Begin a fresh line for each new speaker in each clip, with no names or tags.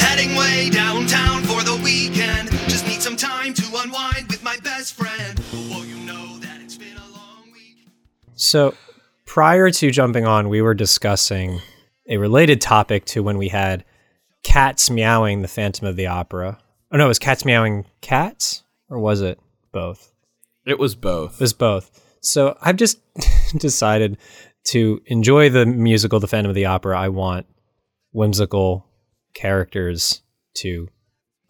Heading way downtown for the weekend. Just need some time to unwind with my best friend. Well, you know that it's been a long week.
So, prior to jumping on, we were discussing a related topic to when we had cats meowing the Phantom of the Opera. Oh no, it was cats meowing cats, or was it both?
It was both.
It was both. So I've just decided to enjoy the musical The Phantom of the Opera. I want whimsical characters to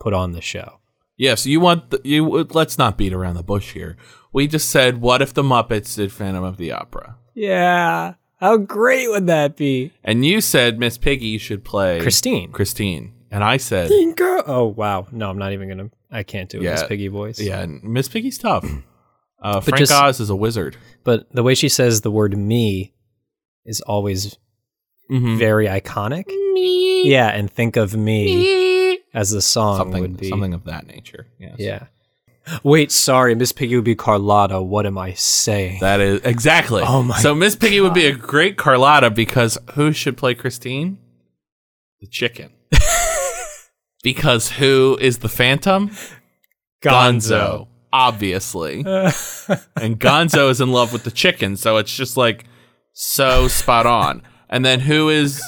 put on the show.
Yeah, so you want the, you would- let's not beat around the bush here. We just said what if the Muppets did Phantom of the Opera?
Yeah. How great would that be?
And you said Miss Piggy should play
Christine.
Christine. And I said
Girl. Oh wow. No, I'm not even gonna I can't do it with
Yeah.
this piggy voice.
Yeah, and Miss Piggy's tough. Uh, Frank
just-
Oz is a wizard.
But the way she says the word me is always
Mhm.
very iconic. Me. Yeah, and think of me, as the song would
Something
be.
something of that nature. Yes.
Yeah. Wait, sorry, Miss Piggy would be Carlotta. What am I saying?
That is exactly.
Oh my
So Miss Piggy would be a great Carlotta because who should play Christine? The chicken. because who is the Phantom? Gonzo, obviously. and Gonzo is in love with the chicken, so it's just like so spot on. And then who is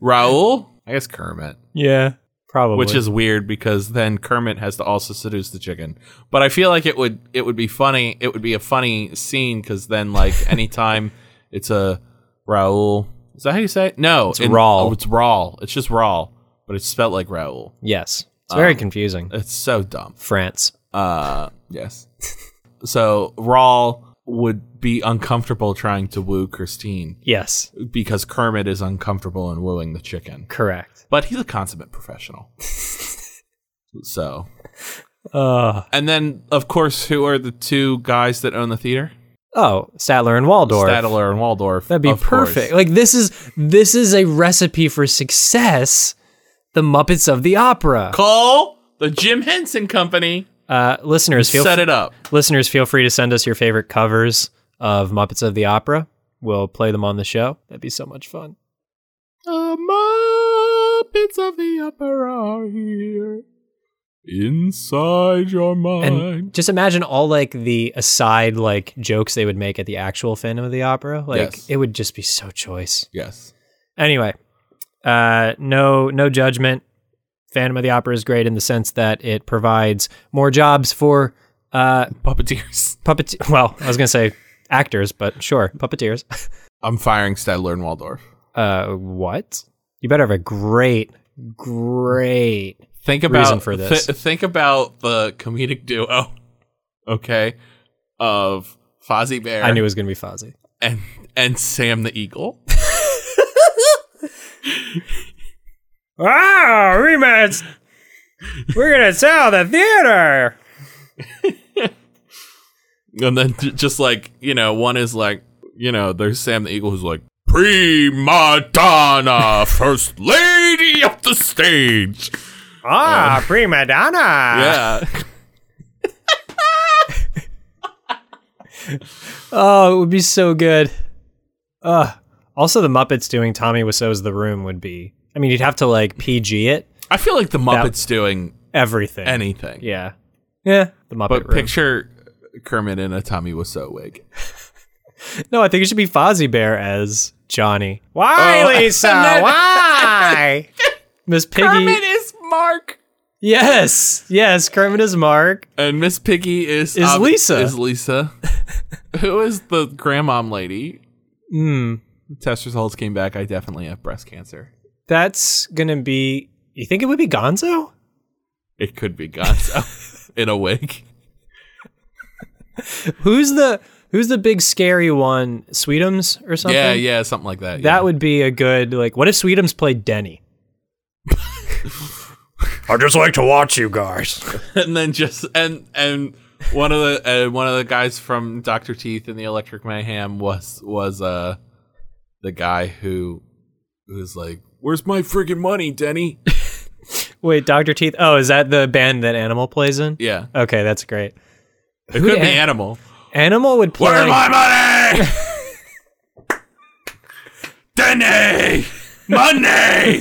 Raul? I guess Kermit,
Yeah, probably.
which is weird because then Kermit has to also seduce the chicken. But I feel like it would it would be funny. It would be a funny scene because then like anytime it's a Raul, is that how you say it? No, it's
Raul.
Oh, it's Raul. It's just Raul, but it's spelled like Raul.
yes.
Ah.
It's very confusing.
It's so dumb.
France.
Uh, yes. so Rawl would be uncomfortable trying to woo Christine
Yes,
because Kermit is uncomfortable in wooing the chicken.
correct.
But he's a consummate professional. so,
Uh,
and then of course, who are the two guys that own the theater?
oh, Statler and Waldorf.
Statler and Waldorf.
That'd be
of course.
perfect. Like this is this is a recipe for success. The Muppets of the Opera.
Call the Jim Henson Company.
Uh, listeners, feel
Set it up.
listeners feel free to send us your favorite covers of Muppets of the Opera. We'll play them on the show. That'd be so much fun.
The Muppets of the Opera are here. Inside your mind.
And just imagine all like the aside like jokes they would make at the actual Phantom of the Opera. Like
Yes.
it would just be so choice.
yes.
Anyway, uh, no no judgment. Phantom of the Opera is great in the sense that it provides more jobs for uh,
Puppeteers.
puppet. Well, I was gonna say actors, but sure, puppeteers.
I'm firing Stedler and Waldorf.
Uh, what? You better have a great, great.
Think about
Reason for this.
thi- think about the comedic duo, okay, of Fozzie Bear
I knew it was gonna be Fozzie.
and and Sam the Eagle.
Ah, rematch. We're gonna sell the theater.
And then j- just like, you know, one is like, you know, there's Sam the Eagle who's like, Prima donna, first lady of the stage.
Ah, prima donna.
Um, Yeah.
Oh, it would be so good. Ugh. Also, the Muppets doing Tommy Wiseau's The Room would be. I mean, you'd have to like PG it.
I feel like the Muppets doing
Everything.
anything.
Yeah. Yeah. The Muppet
But
Room.
picture Kermit in a Tommy Wiseau wig.
No, I think it should be Fozzie Bear as Johnny.
Oh.
Why, Lisa? why? Miss Piggy.
Kermit is Mark.
Yes, yes. Kermit is Mark.
And Miss Piggy is um,
Is Lisa.
Is Lisa, who is the grandmom lady? Hmm. Test results came back. I definitely have breast cancer.
That's gonna be. You think it would be Gonzo?
It could be Gonzo in a wig.
Who's the Who's the big scary one? Sweetums or something?
Yeah, yeah, something like that.
That would be a good like. What if Sweetums played Denny?
I just like to watch you guys.
yeah. and then just and and one of the uh, one of the guys from Doctor Teeth and the Electric Mayhem was was uh the guy who who's like, "Where's my friggin' money, Denny?"
Wait, Doctor Teeth. Oh, is that the band that Animal plays in?
Yeah,
Okay, that's great.
it could be
an-
animal.
Animal would play.
Where's my money? Denny! Money!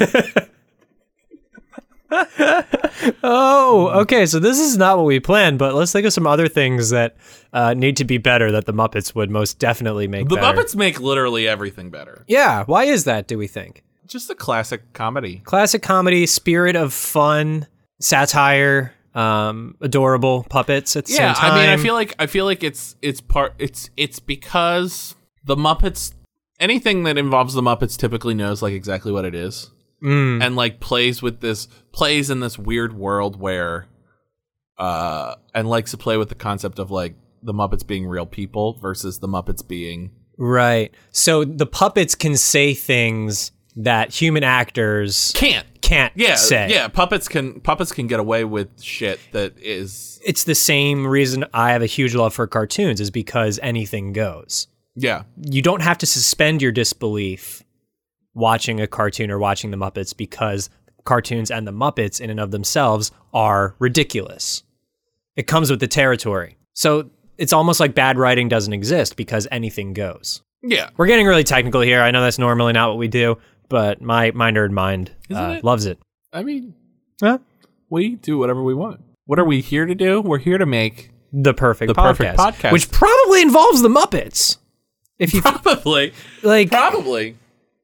Oh, okay. So this is not what we planned, but let's think of some other things that uh, need to be better that the Muppets would most definitely make.
the
better.
Muppets make literally everything better.
Yeah. Why is that? Do we think?
Just a classic comedy.
Classic comedy, spirit of fun, satire, um, adorable puppets at the
Yeah,
same time.
I mean, I feel like I feel like it's it's part it's it's because the Muppets anything that involves the Muppets typically knows like exactly what it is. And like plays with this plays in this weird world where uh and likes to play with the concept of like the Muppets being real people versus the Muppets being
right. So the puppets can say things that human actors
can't
can't
yeah
say.
yeah puppets can puppets can get away with shit that is
It's the same reason I have a huge love for cartoons is because anything goes.
yeah
you don't have to suspend your disbelief watching a cartoon or watching the Muppets because cartoons and the Muppets in and of themselves are ridiculous. It comes with the territory. So it's almost like bad writing doesn't exist because anything goes.
yeah
We're getting really technical here. I know that's normally not what we do, but my, my nerd mind uh,
it?
loves it.
i mean
Huh?
we do whatever we want what are we here to do we're here to make
The perfect
The
podcast,
perfect podcast.
which probably involves the Muppets. If you
probably
like,
probably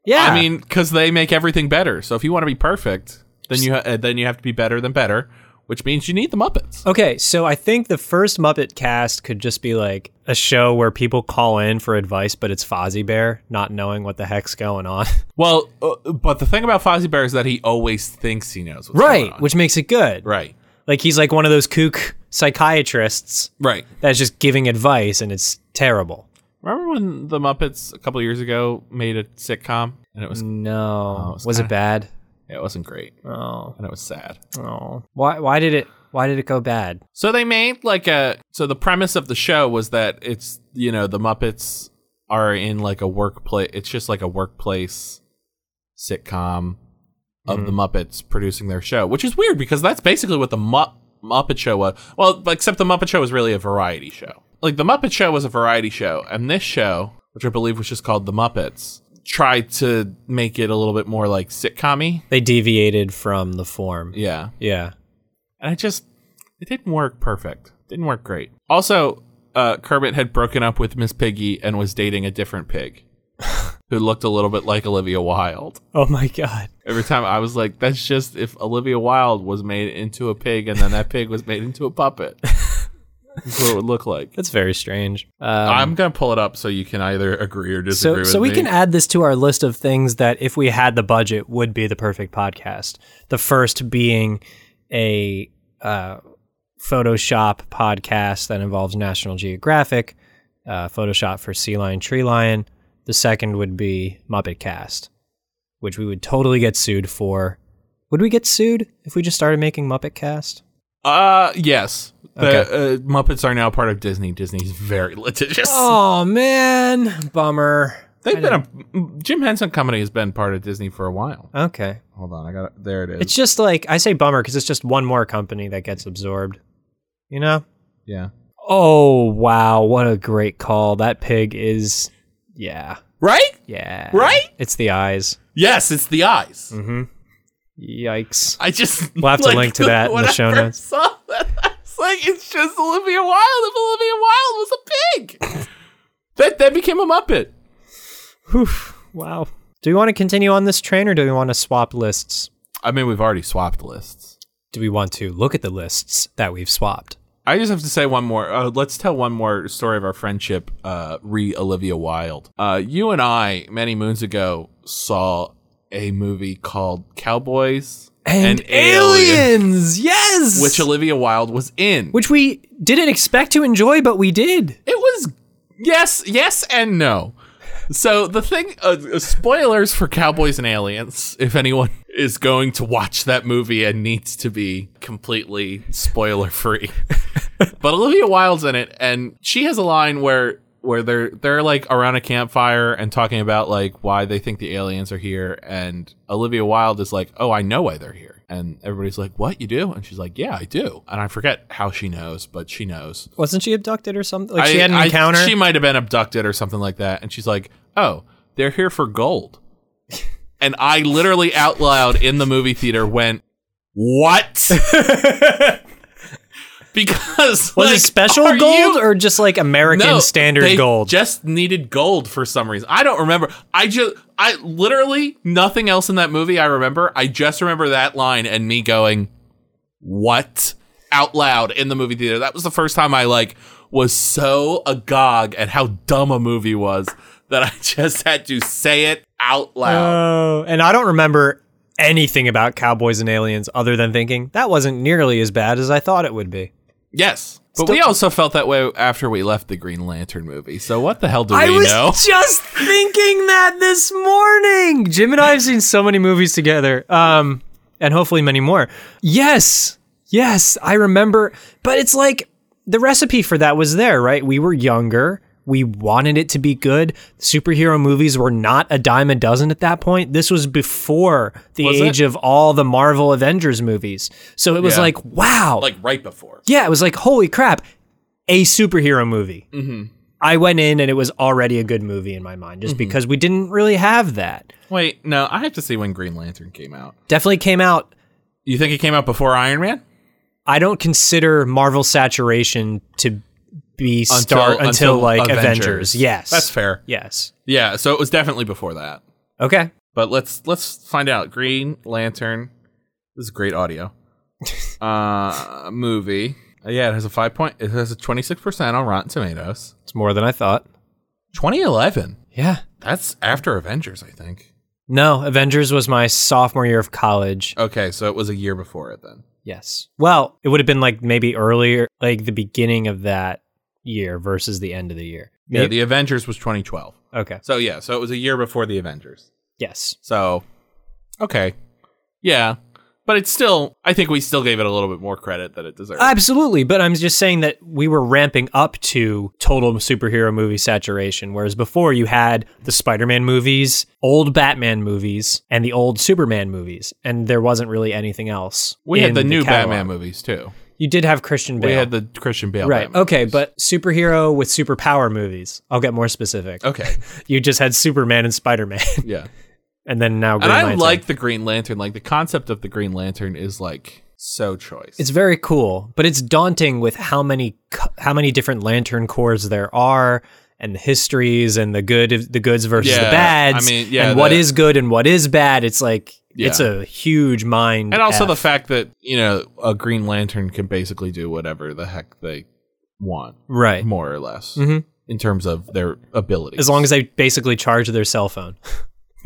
yeah,
i mean because they make everything better so if you want to be perfect then you ha- uh, then you have to be better than better which means you need the muppets
Okay, so I think the first Muppet cast could just be like a show where people call in for advice, but it's Fozzie Bear not knowing what the heck's going on.
well uh, but the thing about fozzie bear is that he always thinks he knows what's going on.
which makes it good.
right
Like he's like one of those kook psychiatrists
right
that's just giving advice and it's terrible.
remember when the muppets a couple years ago made a sitcom and it was
No.
it was
Oh, was
kinda-
it bad?
it wasn't great
Oh.
and it was sad
Oh. Why why did it why did it go bad?
So they made like a so the premise of the show was that it's you know the Muppets are in like a workplace. It's just like a workplace sitcom of the Muppets producing their show, which is weird because that's basically what the Mu- Muppet Show was. Well, except the Muppet Show was really a variety show. Like the Muppet Show was a variety show, and this show, which I believe was just called the Muppets, tried to make it a little bit more like sitcomy.
They deviated from the form.
Yeah,
Yeah.
and I just it didn't work perfect. Didn't work great. Also, uh, Kermit had broken up with Miss Piggy and was dating a different pig, who looked a little bit like Olivia Wilde.
Oh my god.
Every time I was like, "That's just if Olivia Wilde was made into a pig, and then that pig was made into a puppet." That's what it would look like.
That's very strange. Um,
I'm gonna pull it up so you can either agree or disagree.
So,
with
so we
me.
can add this to our list of things that, if we had the budget, would be the perfect podcast. The first being a uh, Photoshop podcast that involves National Geographic, uh, Photoshop for Sea Lion, Tree Lion. The second would be Muppet Cast, which we would totally get sued for. Would we get sued if we just started making Muppet Cast?
Uh, yes. The uh, Muppets are now part of Disney. Disney's very litigious.
Oh man, bummer.
They've been a Jim Henson Company has been part of Disney for a while.
Okay.
Hold on, I got it. There it is.
It's just like I say bummer because it's just one more company that gets absorbed. You know?
yeah.
Oh wow, what a great call. That pig is yeah.
Right?
Yeah.
Right?
It's the eyes.
Yes, it's the eyes.
Yikes.
I just
We'll have to link to that in the show
when I
notes.
first saw that, I was like, it's just Olivia Wilde if Olivia Wilde was a pig. That that became a Muppet.
Wow. Do we want to continue on this train or do we want to swap lists?
I mean, we've already swapped lists.
Do we want to look at the lists that we've swapped?
I just have to say one more. Uh, let's tell one more story of our friendship, uh, re Olivia Wilde. Uh, you and I, many moons ago, saw a movie called Cowboys
aliens, yes.
which Olivia Wilde was in.
which we didn't expect to enjoy, but we did.
It was yes, yes, and no. So the thing, uh, uh, spoilers for Cowboys and Aliens. If anyone is going to watch that movie and needs to be completely spoiler free, but Olivia Wilde's in it, and she has a line where where they're they're like around a campfire and talking about like why they think the aliens are here, and Olivia Wilde is like, "Oh, I know why they're here," and everybody's like, "What you do?" And she's like, "Yeah, I do," and I forget how she knows, but she knows.
Wasn't she abducted or something? Like she had an
I-
encounter.
She might have been abducted or something like that. And she's like, "Oh, they're here for gold." and I literally out loud in the movie theater went, "What?" because
was
like,
it special
are
gold
you-
or just like American standard
they
gold?
Just needed gold for some reason. I don't remember. I just I literally nothing else in that movie I remember. I just remember that line and me going, "What?" out loud in the movie theater. That was the first time I like was so agog at how dumb a movie was that I just had to say it out loud.
Oh, and I don't remember anything about Cowboys and Aliens other than thinking that wasn't nearly as bad as I thought it would be.
yes. But we also felt that way after we left the Green Lantern movie. So what the hell do we know?
just thinking that this morning. Jim and I have seen so many movies together, um, and hopefully many more. Yes, yes, I remember. But it's like the recipe for that was there, right? We were younger. We wanted it to be good. Superhero movies were not a dime a dozen at that point. This was before the
Was it?
age of all the Marvel Avengers movies. So it was
Yeah.
like, wow.
like right before.
Yeah, it was like, holy crap, a superhero movie. I went in and it was already a good movie in my mind just because we didn't really have that.
Wait, no, I have to see when Green Lantern came out.
Definitely came out.
You think it came out before Iron Man?
I don't consider Marvel saturation to be start until, like Avengers. Yes.
That's fair.
Yes.
Yeah, so it was definitely before that.
Okay.
But let's let's find out. Green Lantern. This is great audio. uh movie. Uh, Yeah, it has a five point it has a twenty six percent on Rotten Tomatoes.
It's more than I thought.
Twenty eleven.
Yeah.
That's after Avengers, I think.
No, Avengers was my sophomore year of college.
Okay, so it was a year before it then.
Yes. Well, it would have been like maybe earlier, like the beginning of that year versus the end of the year.
Yeah, the Avengers was twenty twelve.
Okay.
So yeah, so it was a year before the Avengers.
Yes.
So, okay. Yeah. But it's still, I think we still gave it a little bit more credit than it deserves.
Absolutely, but I'm just saying that we were ramping up to total superhero movie saturation, whereas before you had the Spider-Man movies, old Batman movies, and the old Superman movies, and there wasn't really anything else.
we
in
had the new
catalog.
Batman movies too.
You did have Christian Bale,
We had the Christian Bale.
right?
Batman
Okay,
movies.
but superhero with superpower movies. I'll get more specific.
okay,
You just had Superman and Spider-Man,
yeah.
and then now. Green
and I
Lantern.
like the Green Lantern. Like the concept of the Green Lantern is like so choice.
It's very cool, but it's daunting with how many co- how many different lantern cores there are and the histories and the good the goods versus the
Yeah,
bads.
I mean, yeah,
and what
the-
is good and what is bad. It's like
Yeah.
it's a huge mind.
and also
F.
the fact that you know a Green Lantern can basically do whatever the heck they want,
right.
more or less,
Mhm.
in terms of their ability.
As long as they basically charge their cell phone,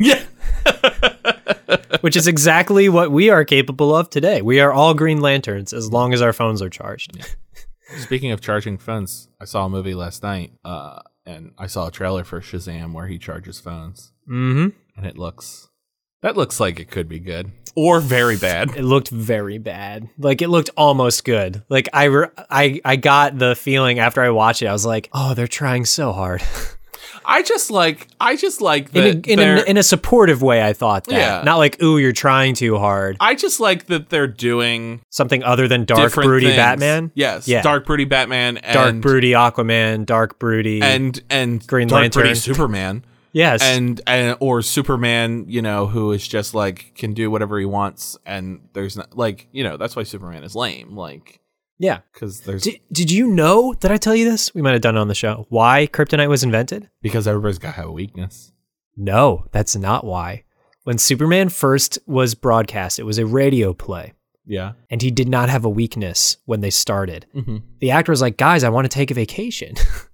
yeah,
which is exactly what we are capable of today. We are all Green Lanterns as long as our phones are charged.
Speaking of charging phones, I saw a movie last night, uh, and I saw a trailer for Shazam where he charges phones,
hmm
and it looks that looks like it could be good or very bad.
It looked very bad. Like it looked almost good. Like I, re- I, I got the feeling after I watched it. I was like, oh, they're trying so hard.
I just like I just like
in
that.
a, in, a,
they're-
in a supportive way, I thought that.
Yeah.
Not like, ooh, you're trying too hard.
I just like that they're doing
Something other than dark,
different
broody
things.
Batman.
Yes,
Yeah.
dark broody Batman, and,
Dark, broody Aquaman, dark, broody.
and and
Green
dark
Lantern.
broody Superman,
yes.
and and or Superman, you know, who is just like can do whatever he wants, and there's not like you know that's why Superman is lame, like.
Yeah.
because there's
Did, did you know? Did I tell you this? We might have done it on the show. Why kryptonite was invented?
because everybody's got to have a weakness.
No, that's not why. When Superman first was broadcast, it was a radio play,
Yeah.
and he did not have a weakness when they started. The actor was like, "Guys, I want to take a vacation,"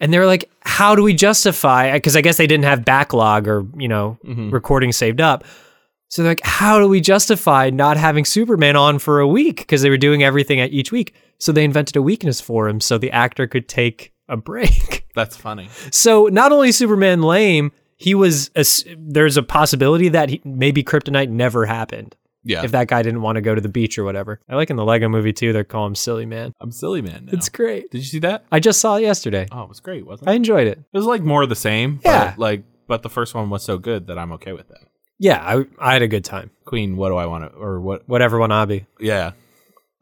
and they were like, "How do we justify?" Because I guess they didn't have backlog or you know recording saved up. So they're like, "How do we justify not having Superman on for a week?" Because they were doing everything at each week, so they invented a weakness for him so the actor could take a break.
That's funny.
So not only is Superman lame, he was a, there's a possibility that he, maybe kryptonite never happened
Yeah.
if that guy didn't want to go to the beach or whatever. I like in the Lego movie too, they call him Silly Man.
I'm silly man now.
It's great.
Did you see that?
I just saw it yesterday.
Oh, it was great, wasn't it?
I enjoyed it.
It was like more of the same.
Yeah.
But like, but the first one was so good that I'm okay with that.
Yeah, I, I had a good time.
Queen, what do I want to, or what?
Whatever Wanabe.
Yeah.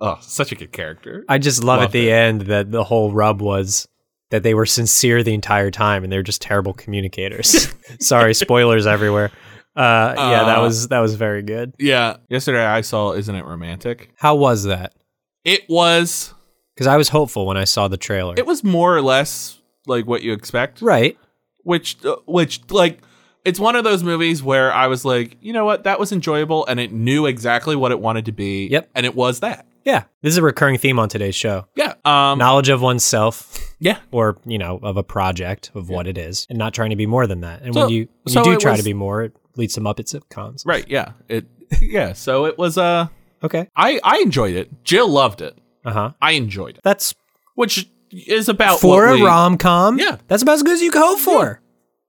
Oh, such a good character.
I just love
Loved
at the
it.
end that the whole rub was that they were sincere the entire time and they're just terrible communicators. Sorry, spoilers everywhere. Uh, yeah, that
Uh,
was that was very good.
yeah. Yesterday I saw Isn't It Romantic?
How was that?
It was,
Because I was hopeful when I saw the trailer.
it was more or less like what you expect.
right.
Which, uh, which, like, it's one of those movies where I was like, you know what? That was enjoyable and it knew exactly what it wanted to be.
Yep.
And it was that.
Yeah. This is a recurring theme on today's show.
Yeah. Um,
Knowledge of oneself
yeah.
or, you know, of a project of what it is and not trying to be more than that. And
So-
when you when
so
you do
it
try to
was-
be more, it leads to Muppet sitcoms.
Right. Yeah. It, yeah. So it was, uh,
Okay.
I, I enjoyed it. Jill loved it.
Uh-huh.
I enjoyed it,
That's
which is about
for
what
a
we-
rom com.
Yeah.
That's about as good as you could hope for.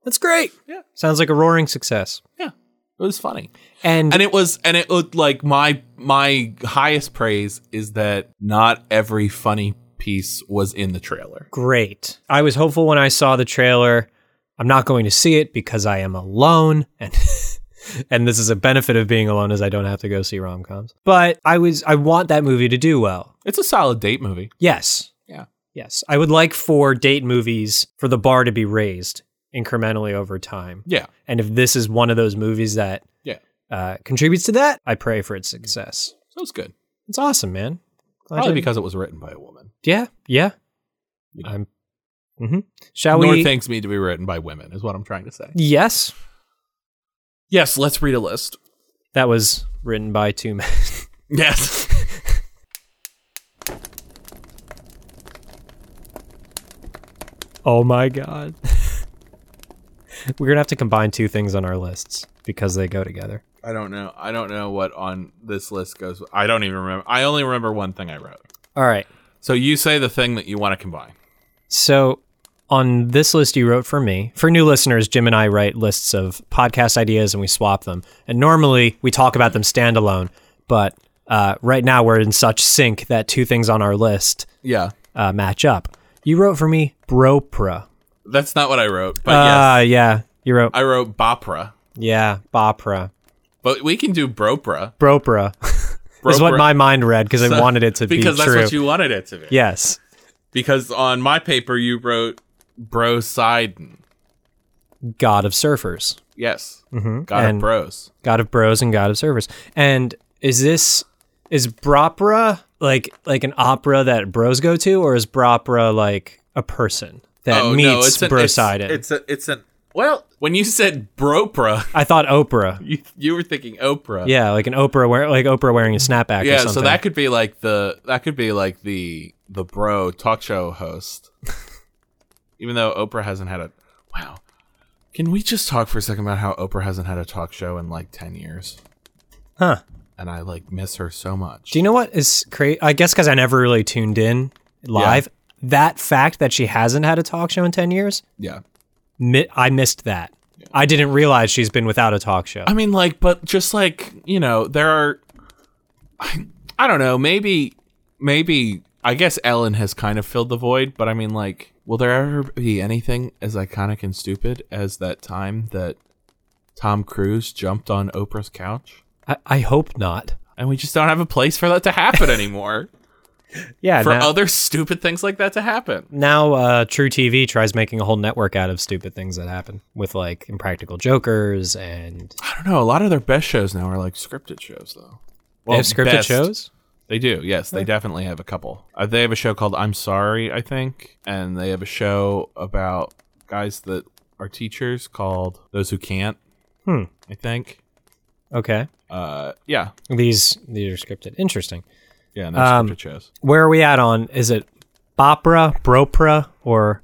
That's great.
Yeah.
Sounds like a roaring success.
Yeah, it was funny,
And,
and it was, and it looked like my my highest praise is that not every funny piece was in the trailer.
great. I was hopeful when I saw the trailer. I'm not going to see it because I am alone and and this is a benefit of being alone is I don't have to go see rom-coms. But I was I want that movie to do well.
It's a solid date movie.
Yes.
Yeah.
Yes. I would like for date movies for the bar to be raised incrementally over time.
Yeah,
And if this is one of those movies that
yeah,
uh, contributes to that, I pray for its success.
so it's good.
It's awesome, man. Glad
Probably
you-
because it was written by a woman.
Yeah, yeah. I'm. hmm Shall
Nor
we?
things need to be written by women is what I'm trying to say.
yes,
Yes, let's read a list.
that was written by two men.
Yes.
oh my god. We're gonna have to combine two things on our lists because they go together.
I don't know. I don't know what on this list goes. I don't even remember. I only remember one thing I wrote.
All right.
So you say the thing that you want to combine.
So on this list you wrote for me, for new listeners, Jim and I write lists of podcast ideas and we swap them. And normally we talk about them standalone, but uh, right now we're in such sync that two things on our list
Yeah.
uh, match up. You wrote for me Bropra.
That's not what I wrote, but
Ah,
yes.
yeah. You wrote
I wrote Bopra.
yeah, Bopra.
But we can do Bropra.
Bropra. is what
Bropra.
my mind read because I
So-
wanted it to
because
be
that's
true.
what you wanted it to be.
yes.
Because on my paper you wrote Brosidon.
God of surfers.
Yes. Mm-hmm. God
And-
of Bros.
God of bros and God of surfers. And is this is Bropra like like an opera that bros go to, or is Bropra like a person that
oh
meets
no, it's an, it's,
Brosidon?
it's a it's an well when you said Bropra,
I thought Oprah.
you, you were thinking Oprah.
Yeah, like an Oprah wear like Oprah wearing a snapback or
Mm. Yeah,
something.
so that could be like the that could be like the the bro talk show host. Even though Oprah hasn't had a wow. Can we just talk for a second about how Oprah hasn't had a talk show in like 10 years?
Huh.
And I like miss her so much.
Do you know what is crazy? I guess because I never really tuned in live. That fact that she hasn't had a talk show in ten years,
yeah.
mi- I missed that. I didn't realize she's been without a talk show.
I mean, like, but just like you know, there are. I, I don't know. Maybe, maybe I guess Ellen has kind of filled the void. But I mean, like, will there ever be anything as iconic and stupid as that time that Tom Cruise jumped on Oprah's couch?
I, I hope not.
And we just don't have a place for that to happen anymore.
Yeah.
for
now,
other stupid things like that to happen.
now, uh, True TV tries making a whole network out of stupid things that happen with like Impractical Jokers and
I don't know. A lot of their best shows now are like scripted shows, though.
they have scripted
best.
shows.
They do, yes. They definitely have a couple. Uh, they have a show called I'm Sorry, I think, and they have a show about guys that are teachers called Those Who Can't.
Hmm.
I think.
Okay.
Uh, yeah,
These these are scripted. Interesting.
yeah. And that's
Um,
scripted shows.
Where are we at on? Is it Bopra, Bropra, or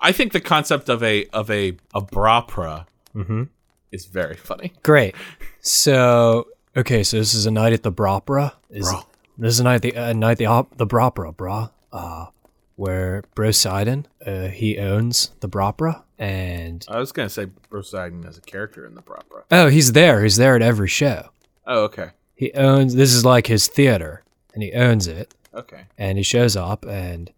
I think the concept of a of a a brapra Mm-hmm. is very funny.
great? So okay, so this is a night at the Bropra. Is
Bra.
this is a night at the a night at the op, the Bropra, brah? Uh, where Broseidon, uh, he owns the Bropra, and
I was gonna say Poseidon as a character in the brapra.
oh, he's there. He's there at every show.
Oh, okay,
He owns this is like his theater, and he owns it.
okay.
and he shows up and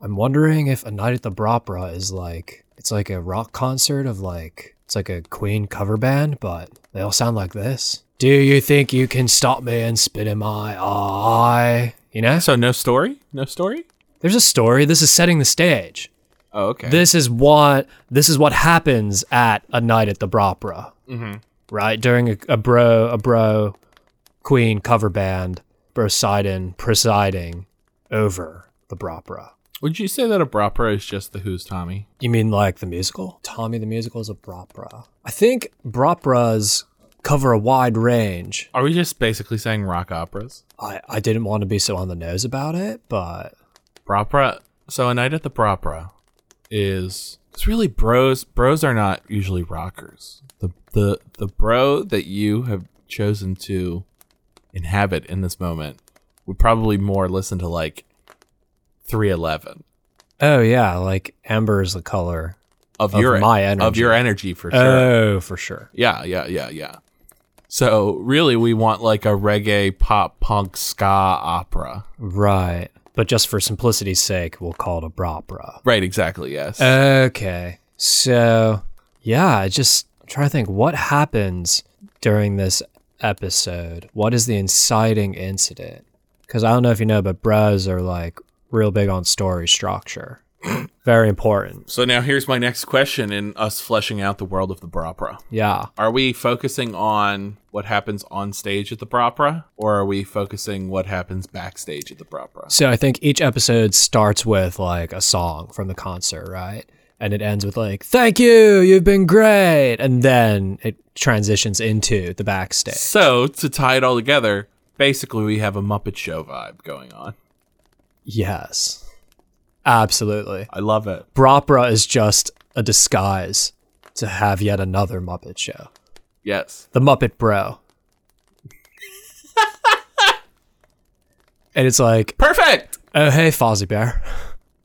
I'm wondering if a night at the Bropra is like it's like a rock concert of like it's like a Queen cover band, but they all sound like this. Do you think you can stop me and spit in my eye? You know,
So no story, no story.
there's a story. This is setting the stage.
Oh, okay.
This is what this is what happens at a night at the Bropra, mm-hmm. right? During a, a bro a bro Queen cover band, Broseidon presiding over the Bropra.
Would you say that a brapra is just the Who's Tommy?
You mean like the musical? Tommy the Musical is a Bropra. I think Bropras cover a wide range.
Are we just basically saying rock operas?
I, I didn't want to be so on the nose about it, but
Propra. So a night at the Propra is it's really bros. Bros are not usually rockers. The the the bro that you have chosen to inhabit in this moment would probably more listen to like 311
oh yeah, like amber is the color.
of,
Of
your e,
my
of
energy.
your energy for sure.
Oh, for sure.
Yeah, yeah, yeah, yeah. So really, we want like a reggae, pop, punk, ska opera.
Right. But just for simplicity's sake, we'll call it a Bropra.
Right? Exactly. Yes.
Uh, Okay. So, yeah, I just I'm trying to think what happens during this episode. What is the inciting incident? Because I don't know if you know, but bros are like real big on story structure. Very important.
so now here's my next question in us fleshing out the world of the Bropra.
Yeah.
Are we focusing on what happens on stage at the Propra, or are we focusing what happens backstage at the Propra?
So I think each episode starts with like a song from the concert, right? And it ends with like, thank you, you've been great. And then it transitions into the backstage.
So to tie it all together, basically we have a Muppet Show vibe going on.
Yes. Absolutely.
I love it.
Bropra is just a disguise to have yet another Muppet show.
Yes.
The Muppet Bro. and it's like,
Perfect.
oh, hey, Fozzie Bear.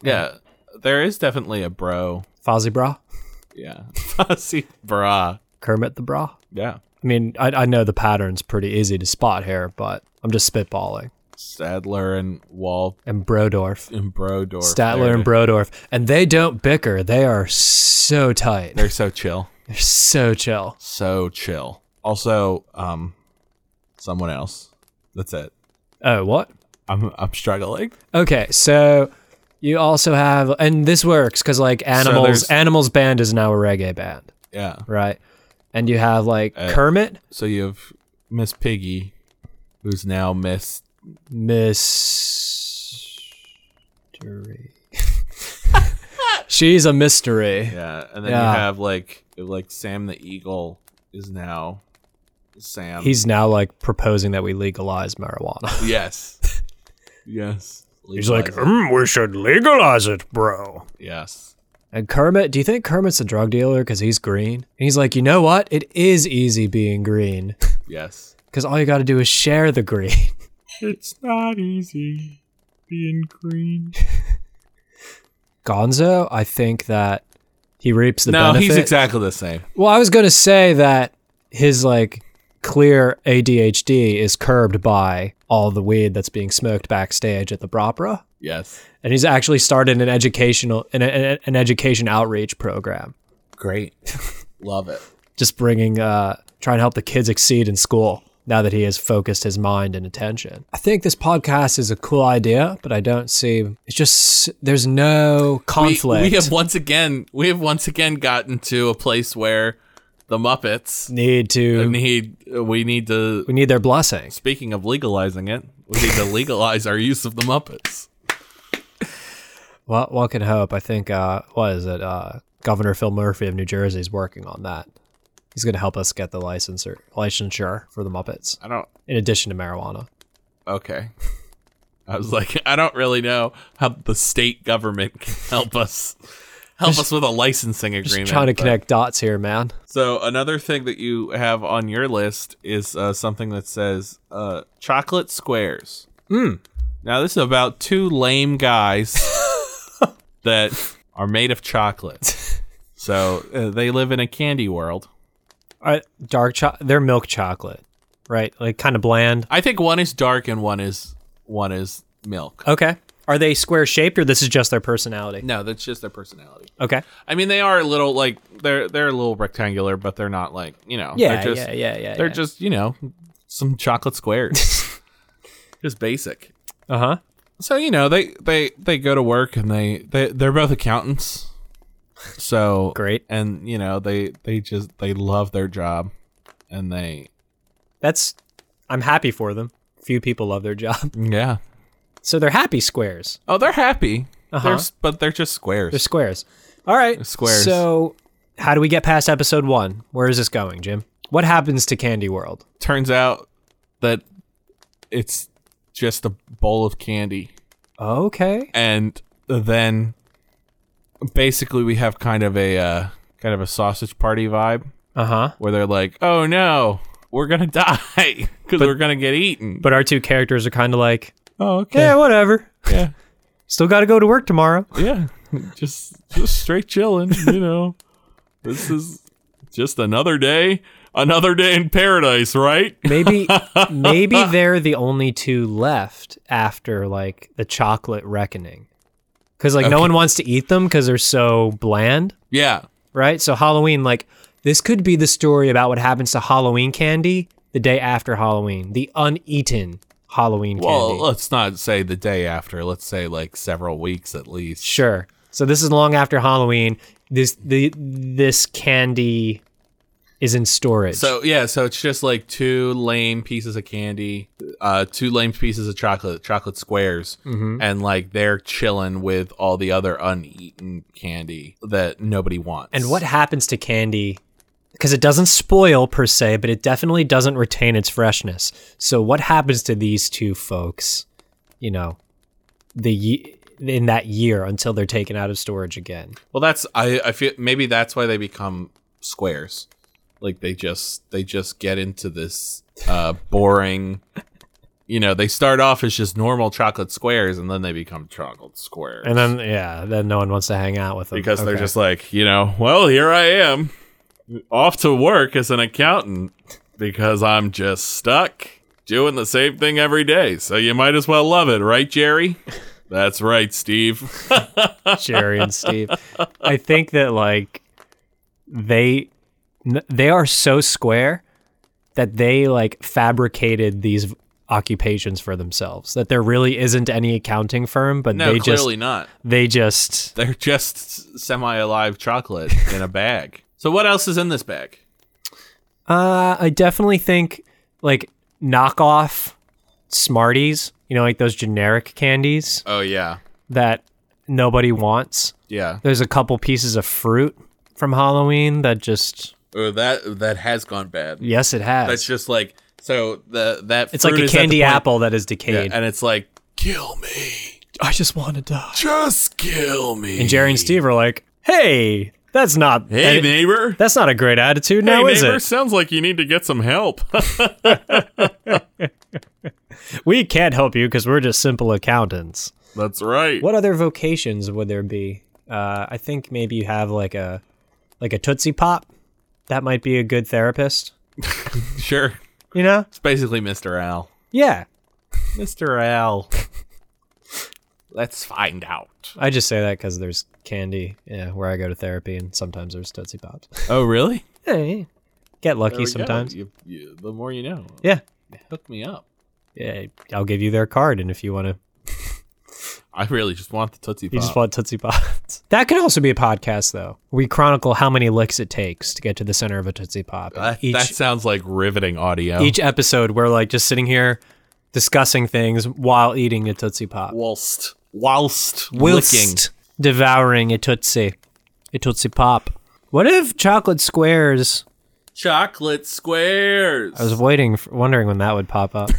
Yeah. There is definitely a bro.
Fozzie Bra.
Yeah. Fuzzy bra.
Kermit the Bra.
Yeah.
I mean, I, I know the pattern's pretty easy to spot here, but I'm just spitballing.
Sadler and Wall
And Brodorf.
and Brodor.
Statler and Brodorf. And they don't bicker. They are so tight.
They're so chill.
They're so chill.
So chill. Also, um, someone else. That's it.
Oh, what?
I'm I'm struggling.
Okay, so you also have, and this works because like animals,
there's-
animals band is now a reggae band,
Yeah.
right? And you have like
Uh,
Kermit,
So you have Miss Piggy, who's now Miss.
mystery. She's a mystery.
Yeah, and then
Yeah.
you have like like Sam the Eagle is now Sam.
He's now like proposing that we legalize marijuana.
yes, yes.
He's like,
Legalize it.
mm, we should legalize it, bro.
yes.
and Kermit, do you think Kermit's a drug dealer because he's green? And he's like, you know what? It is easy being green
Yes.
because all you got to do is share the green.
It's not easy being green.
Gonzo, I think that he reaps the
no,
benefit.
he's exactly the same.
Well, I was going to say that his like clear ADHD is curbed by all the weed that's being smoked backstage at the Bropra,
Yes.
and he's actually started an educational an, an, an education outreach program,
Great. Love it.
just bringing uh trying to help the kids exceed in school. Now that he has focused his mind and attention, I think this podcast is a cool idea, but I don't see it's just there's no
We-
conflict.
We, have once again we have once again gotten to a place where the Muppets.
Need to.
Need we need to.
we need their blessing.
Speaking of legalizing it, we need to legalize our use of the Muppets.
Well, one can hope. I think, uh, what is it? Uh, Governor Phil Murphy of New Jersey is working on that. He's going to help us get the licensure, licensure for the Muppets,
I don't.
in addition to marijuana.
Okay. I was like, I don't really know how the state government can help us help us with a licensing
Just
agreement.
trying to
but-
connect dots here, man.
So another thing that you have on your list is uh, something that says uh, chocolate squares.
Hmm.
Now this is about two lame guys that are made of chocolate. So uh, they live in a candy world.
All right, dark chocolate. They're milk chocolate, right? Like kind of bland.
I think one is dark and one is one is milk.
Okay. Are they square shaped or this is just their personality?
No, that's just their personality.
Okay.
I mean, they are a little like they're they're a little rectangular, but they're not like you know.
Yeah,
they're just,
yeah, yeah, yeah.
They're just you know some chocolate squares, just basic.
uh huh.
So you know they they they go to work and they they they're both accountants. So
Great.
and you know they they just they love their job, and they
That's. I'm happy for them. Few people love their job,
yeah
so they're happy squares.
oh they're happy.
Uh-huh.
They're s- but they're just squares.
They're squares. All right.
Squares.
So, how do we get past episode one? Where is this going, Jim? What happens to Candy World?
Turns out that it's just a bowl of candy.
Okay.
and then basically we have kind of a uh, kind of a sausage party vibe
Uh huh.
where they're like, "Oh no, we're gonna die because we're gonna get eaten."
But our two characters are kind of like,
oh,
yeah,
okay,
whatever.
yeah,
Still got to go to work tomorrow.
yeah, just just straight chilling, you know. This is just another day, another day in paradise, right?
Maybe, maybe they're the only two left after like the chocolate reckoning, because like no one wants to eat them because they're so bland,
Yeah,
right? So Halloween, like this could be the story about what happens to Halloween candy the day after Halloween, the uneaten Halloween
well,
candy.
let's not say the day after. Let's say like several weeks at least.
Sure. So this is long after Halloween. This the this candy is in storage.
So yeah, so it's just like two lame pieces of candy, uh, two lame pieces of chocolate, chocolate squares,
Mm-hmm.
and like they're chilling with all the other uneaten candy that nobody wants.
and what happens to candy? Because it doesn't spoil per se, but it definitely doesn't retain its freshness. So what happens to these two folks? You know, the ye- in that year until they're taken out of storage again.
Well, that's I I feel maybe that's why they become squares, like they just they just get into this uh boring. You know, they start off as just normal chocolate squares, and then they become chocolate squares.
And then yeah, then no one wants to hang out with them
because they're
Okay.
just like, you know, well, here I am off to work as an accountant because I'm just stuck doing the same thing every day. So you might as well love it, right, Jerry? That's right, Steve.
Jerry and Steve. I think that like they n- they are so square that they like fabricated these v- occupations for themselves. That there really isn't any accounting firm, but
No,
they just
clearly not.
they just
They're just semi alive chocolate in a bag. So what else is in this bag?
uh I definitely think like knockoff Smarties, you know, like those generic candies
Oh yeah.
that nobody wants.
Yeah.
There's a couple pieces of fruit from Halloween that just
Oh, that that has gone bad.
yes, it has.
That's just like so the that
It's like
fruit
a
is at the
candy
point-
apple that is
Yeah,
decayed.
and it's like kill me.
I just want to die.
Just kill me.
And Jerry and Steve are like, "Hey, that's not
Hey,
that-
neighbor.
that's not a great attitude, now is it?
sounds like you need to get some help.
We can't help you because we're just simple accountants."
That's right.
What other vocations would there be? Uh, I think maybe you have like a like a tootsie pop. That might be a good therapist.
Sure.
You know?
It's basically Mr. Al.
Yeah.
Mr. Al. Let's find out.
I just say that because there's candy. Yeah, where I go to therapy, and sometimes there's tootsie pops.
Oh, really?
hey, get lucky sometimes.
You, you, the more you know.
Yeah.
Hook me up.
Yeah, I'll give you their card, and if you want to
I really just want the Tootsie Pop.
You just want Tootsie Pops. That could also be a podcast, though. We chronicle how many licks it takes to get to the center of a Tootsie Pop.
that,
each,
that sounds like riveting audio.
each episode, we're like just sitting here discussing things while eating a Tootsie Pop.
whilst whilst
Whilst
licking.
devouring a Tootsie. A Tootsie Pop. What if chocolate squares?
chocolate squares.
I was waiting, for, wondering when that would pop up.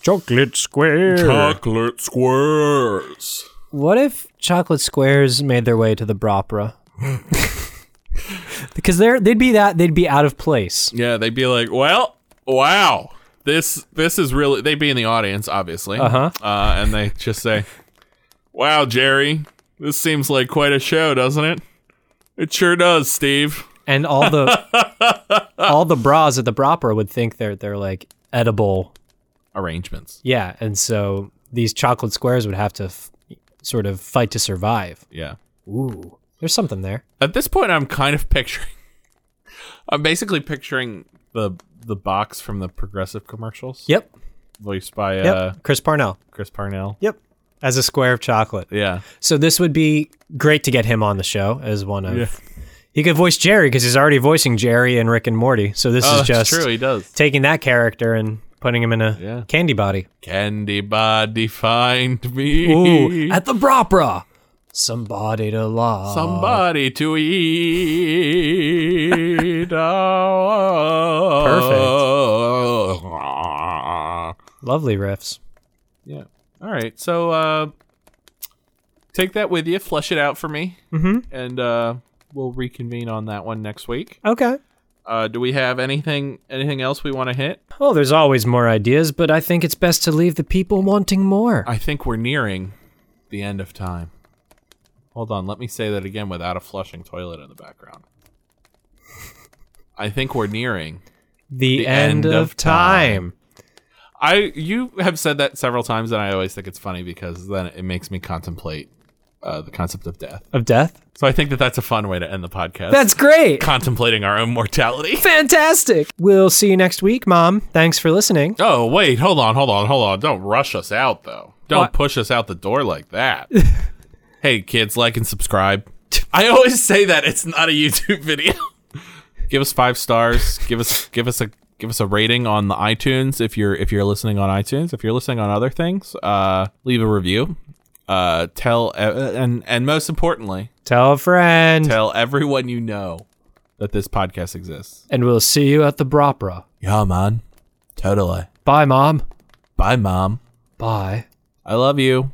Chocolate square.
chocolate squares.
What if chocolate squares made their way to the Bropra? because they're they'd be that they'd be out of place.
Yeah, they'd be like, "Well, wow, this this is really." They'd be in the audience, obviously,
Uh-huh.
uh, and they just say, "Wow, Jerry, this seems like quite a show, doesn't it?" It sure does, Steve.
And all the all the bras at the Bropra would think they're they're like edible.
Arrangements,
Yeah, and so these chocolate squares would have to f- sort of fight to survive.
yeah.
Ooh, there's something there.
At this point, I'm kind of picturing. I'm basically picturing the the box from the Progressive commercials,
Yep.
voiced by
Yep.
uh,
Chris Parnell.
Chris Parnell.
Yep. As a square of chocolate.
Yeah,
So this would be great to get him on the show as one of. He could voice Jerry because he's already voicing Jerry and Rick and Morty. So this
oh,
is
that's
just
true. He does.
taking that character and putting him in a
Yeah.
candy body.
Candy body, find me.
Ooh, at the Bropra. Somebody to
Uh,
love.
Somebody to eat. Perfect.
Lovely riffs.
Yeah. All right. So uh, take that with you. Flesh it out for me. Mm-hmm. And uh, we'll reconvene on that one next week.
Okay.
Uh, do we have anything anything else we want to hit?
Well, there's always more ideas, but I think it's best to leave the people wanting more.
I think we're nearing the end of time. Hold on, let me say that again without a flushing toilet in the background. I think we're nearing.
the, end, of time.
I you have said that several times and I always think it's funny because then it makes me contemplate uh, the concept of death.
Of death?
So I think that that's a fun way to end the podcast.
That's great.
contemplating our own mortality.
Fantastic. We'll see you next week, Mom. Thanks for listening.
Oh, wait, hold on, hold on, hold on. Don't rush us out though. Don't
What?
push us out the door like that. hey kids, like and subscribe. I always say that it's not a YouTube video. give us 5 stars. Give us give us a give us a rating on the iTunes if you're if you're listening on iTunes. If you're listening on other things, uh leave a review. Uh tell uh, and and most importantly,
Tell a friend.
tell everyone you know that this podcast exists.
and we'll see you at the Bropra.
Yeah, man. Totally.
Bye, Mom.
Bye, mom.
Bye.
I love you.